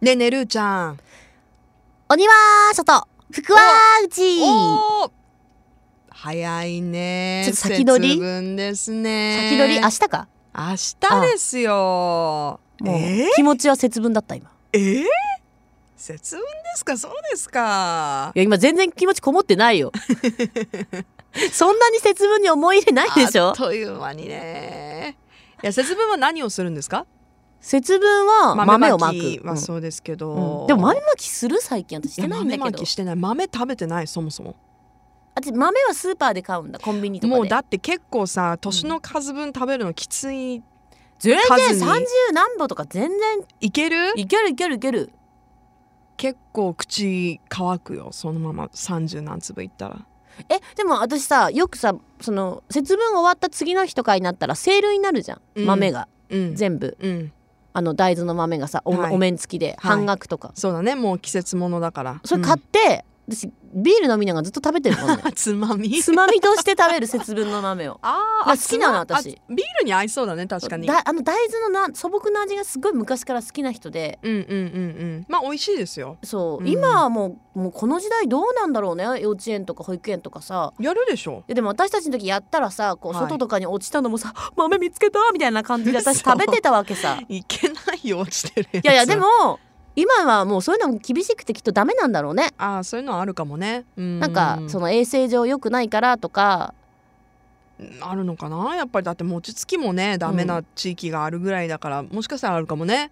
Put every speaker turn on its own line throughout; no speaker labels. ねえねえるーちゃん
鬼は外、福は内。
おー早いね
ちょっと先取り
節分ですね
先取り、明日か。
明日ですよ
もう、
え
気持ちは節分だった今。い
ー、えー、節分ですかそうですか
や、今全然気持ちこもって ないよ。そんなに節分に思い入れないでし
あ
ょ
っという間にねいや節分は何をするんですか
節分は豆をまく。
きは
うん
そうですけど、
うんでも豆まきする最近私してないんだ
豆ま
けど
きしてない豆食べてないそもそも
私豆はスーパーで買うんだコンビニとかで
もうだって結構さ年の数分食べるのきつい、
全
数
然
に
30何歩とか全然
いける
いけるいけるいける
結構口乾くよそのまま30何粒いったら
えでも私さよくさその節分終わった次の日とかになったらセールになるじゃ
うんん
豆が、
うん
全部
うん
あの大豆の豆がさお,、
はい
お面付きで半額とか、
そうだねもう季節ものだから
それ買って、私ビール飲みながらずっと食べてるもんね
うんつまみ
つまみとして食べる節分の豆を
あー
まあ
あ
好きなの
つま
私
あビールに合いそうだね確かに
だあの大豆のな素朴な味がすごい昔から好きな人で
うんうんうんうんまあ美味しいですよ
そ
う
う、
ん
今はもうもうこの時代どうなんだろうね幼稚園とか保育園とかさ
やるでしょ
ででも私たちの時やったらさこう
はい
外とかに落ちたのもさ、豆見つけたみたいな感じ で私
嘘
食べてたわけさ
いけないよ落ちてるやつ
いやいやでも今はもうそういうのも厳しくてきっとダメなんだろうね
あーそういうのあるかもねうん
なんかその衛生上良くないからとか
あるのかなやっぱりだって餅つきもねダメな地域があるぐらいだから、もしかしたらあるかもね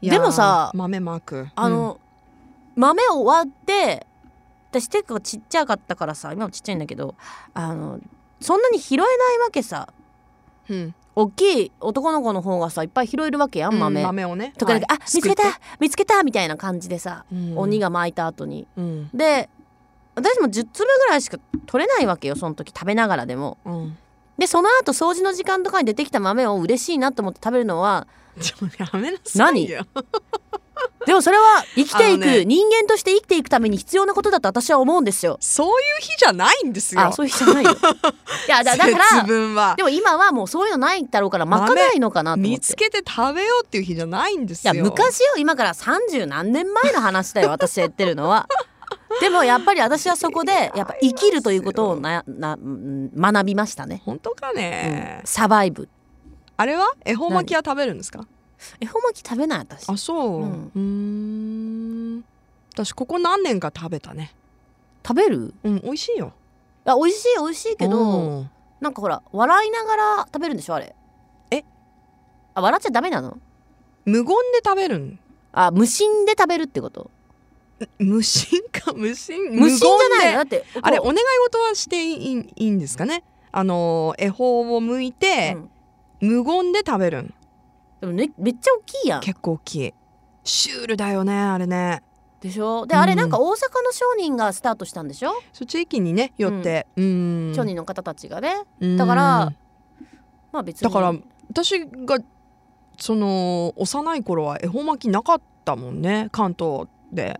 いやー
でもさ
豆まく
あ、の、豆を割って私結構ちっちゃかったからさ今もちっちゃいんだけどあのそんなに拾えないわけさ
うんうん
大きい男の子の方がさいっぱい拾えるわけやん豆。
うん豆をね
とかなんか、
はい
あ見つけた
すくっ
見つけたみたいな感じでさ、
てうん
鬼が巻いた後に
うん
で私も10粒ぐらいしか取れないわけよその時食べながらでも
うん
でその後掃除の時間とかに出てきた豆を嬉しいなと思って食べるのは
ちょっとやめなさいよ
でもそれは生きていく、
あのね
人間として生きていくために必要なことだと私は思うんですよ
そういう日じゃないんですよ
あそういう人じゃな いよいやだだか
節
ら
分は
でも今はもうそういうのないだろうから巻かないのかなと思
見
っ
つけ
て
て食べようっていう日じゃないんです
いや
よ
昔よ今から30何年前の 話だよ私が言ってるのは。でもやっぱり私はそこでやっぱ生きるということをななうん学びましたね、
本当かね、
サバイブ
あれは恵方巻きは食べるんですか
恵方巻き食べない私
あそう、
う
うんーん私ここ何年か食べたね
食べる
うん美味しいよ
あ美味しい美味しいけど
うん
なんかほら笑いながら食べるんでしょあれ
え
あ笑っちゃダメなの
無言で食べるん
あ無心で食べるってこと
無心か無心
無心じゃないのだ
無言で
って
あれお
こ
願い事はしていいいいんですかねあのー恵方を剥いうて、無言で食べるん
うんでもねめっちゃ大きいやん
結構大きいシュールだよねあれね
でしょで
うん
あれなんか大阪の商人がスタートしたんでしょ、
そう地域にねよってうーん
商人の方たちがね
うん
だからまあ別に
だから私がその幼い頃は恵方巻きなかったもんね関東で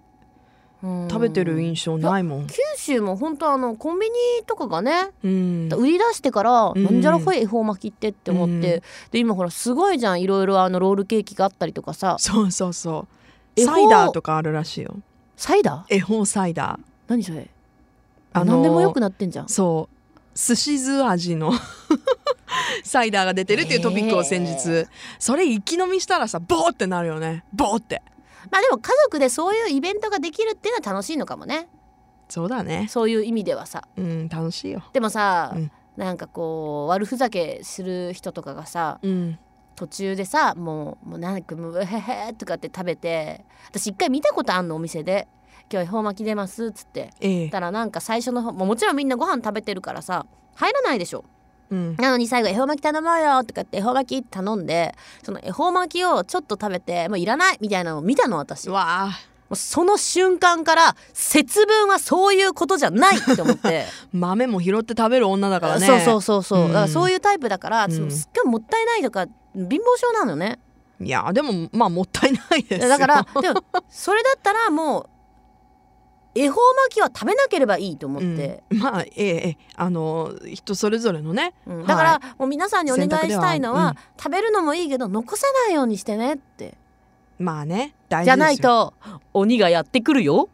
うん
食べてる印象ないもん
九州も本当あのコンビニとかがね、
うん
売り出してから、
うん
なんじゃらほい恵方巻きってって思って、
うん
で今ほらすごいじゃんいろいろあのロールケーキがあったりとかさ
そうそうそ
恵
う
方
サイダーとかあるらしいよ
サイダー
恵方サイダー
何それ
あの
何でもよくなってんじゃん
そうすし酢味の サイダーが出てるっていうトピックを先
へ
日それ一気飲みしたらさボーってなるよねボーって
まあでも家族でそういうイベントができるっていうのは楽しいのかもね
そうだね
そういう意味ではさ
うん楽しいよ
でもさ、
うん
なんかこう悪ふざけする人とかがさ
うん
途中でさもうもうなんかもう「へへ」とかって食べて私一回見たことあんのお店で「今日恵方巻き出ます」っつって
ええ
たらなんか最初の方もうもちろんみんなご飯食べてるからさ入らないでしょ
うん
なのに最後恵方巻き頼もうよとかって恵方巻きって頼んでその恵方巻きをちょっと食べてもういらないみたいなのを見たの私
う
も
わあ
うその瞬間から節分はそういうことじゃないって思って
豆も拾って食べる女 だからね
そうそうそうそう、
うん
だからそういうタイプだから、
うん
そのすっごいもったいないとか貧乏症なのよね
いやでもまあもったいないですよ
だからでもそれだったらもう恵方巻きは食べなければいいと思って、
うんまあええええあの人それぞれのね
うん
い
だから、もう皆さんにお願い
選択で
し
は
たいのは
うん
食べるのもいいけど残さないようにしてねって
まあね大事です
じ
よ
ゃないと鬼がやってくる よ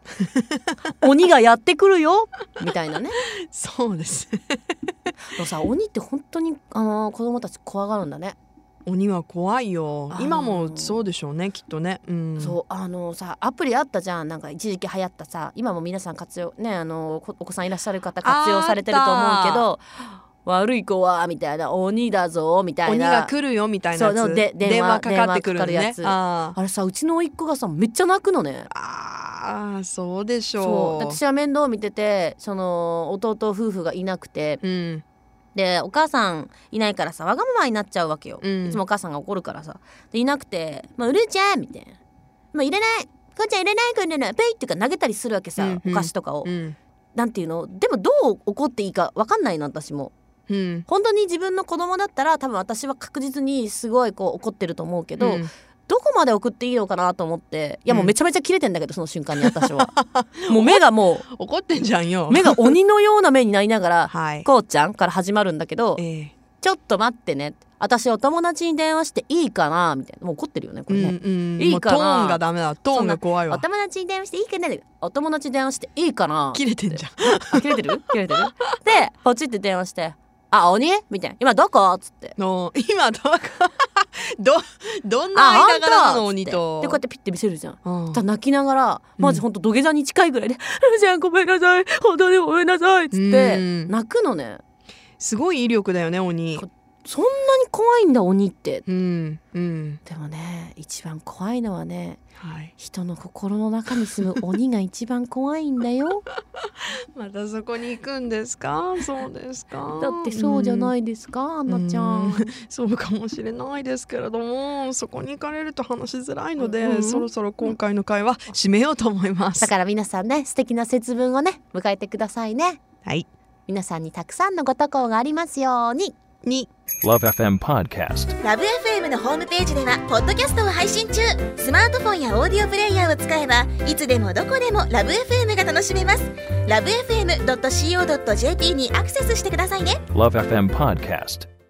鬼がやってくるよみたいなね
そうです ね
でもさ鬼って本当にあのー子供たち怖がるんだね、
鬼は怖いよ
あー
今もそうでしょうねきっとねうん
そうあのーさアプリあったじゃんなんか一時期流行ったさ今も皆さん活用ねあのーこお子さんいらっしゃる方活用されてると思うけど悪い子はみたいな鬼だぞみたい
鬼
な
が来るよみたいなや
そ
つ
うので電話
かかってくるの
電
ね
話かかるやつ
あー
あれさうちの甥っ子がさめっちゃ泣くのね
あーそうでし
そ
ょ
う私は面倒見ててその弟夫婦がいなくて
うん
でお母さんいないからさわがままになっちゃうわけよ、
うん
いつもお母さんが怒るからさでいなくて「まあ、うるーちゃん」みたいな「まあ、入れない母ちゃん入れない子入れないペイ」っていうか投げたりするわけさ、
うんうん
お菓子とかを、
うん
なんていうのでもどう怒っていいかわかんないの私も
うん
本当に自分の子供だったら多分私は確実にすごいこう怒ってると思うけ
う
ど、
ん
どこまで送っていいのかなと思っていやもううんめちゃめちゃ切れてんだけどその瞬間に 私はもう目がも
怒ってんじゃんよ
う目が鬼のような目になりながら
はい
「こうちゃん」から始まるんだけど
ええ
ちょっと待ってね私お友達に電話していいかなみたいなもう怒ってるよねこ
う
れ
ん
ね、
うん、
いいかな
もうトーンがダメだトーンが怖い
お
わ
友達に電話していいかなお友達に電話していいかな
切れてんじゃん
あ切れてる切れてるでポチって電話して「あ鬼?」みたいな「今どこ?」っつって。
の今ど どどんな
あ
間
本当
柄なの鬼と
でこうやってピッて見せるじゃん。
うん
ただ泣きながらマジ
うん
ほんと土下座に近いぐらいで「ルーちゃんごめんなさい本当にごめんなさい」っつって
うん
泣くのね
すごい威力だよね鬼
こそんなに怖いんだ鬼って
うんうん
でもね一番怖いのはね
はい
人の心の中に住む鬼が一番怖いん だよ
またそこに行くんですかそうですか、
だってそうじゃないいですか、アンナちゃ
うん んそうかもしれないですけれどもそこに行かれると話しづらいので、
うん
そろそろ今回の会は締めようと思います
だから皆さんね素敵な節分をね迎えてくださいね
はい
皆さんにたくさんのご渡航がありますように
に
Love FM Podcast.
ラブ f m のホームページではポッドキャストを配信中スマートフォンやオーディオプレイヤーを使えばいつでもどこでもラブ f m が楽しめますラブ FM.co.jp にアクセスしてくださいね
Love FM Podcast.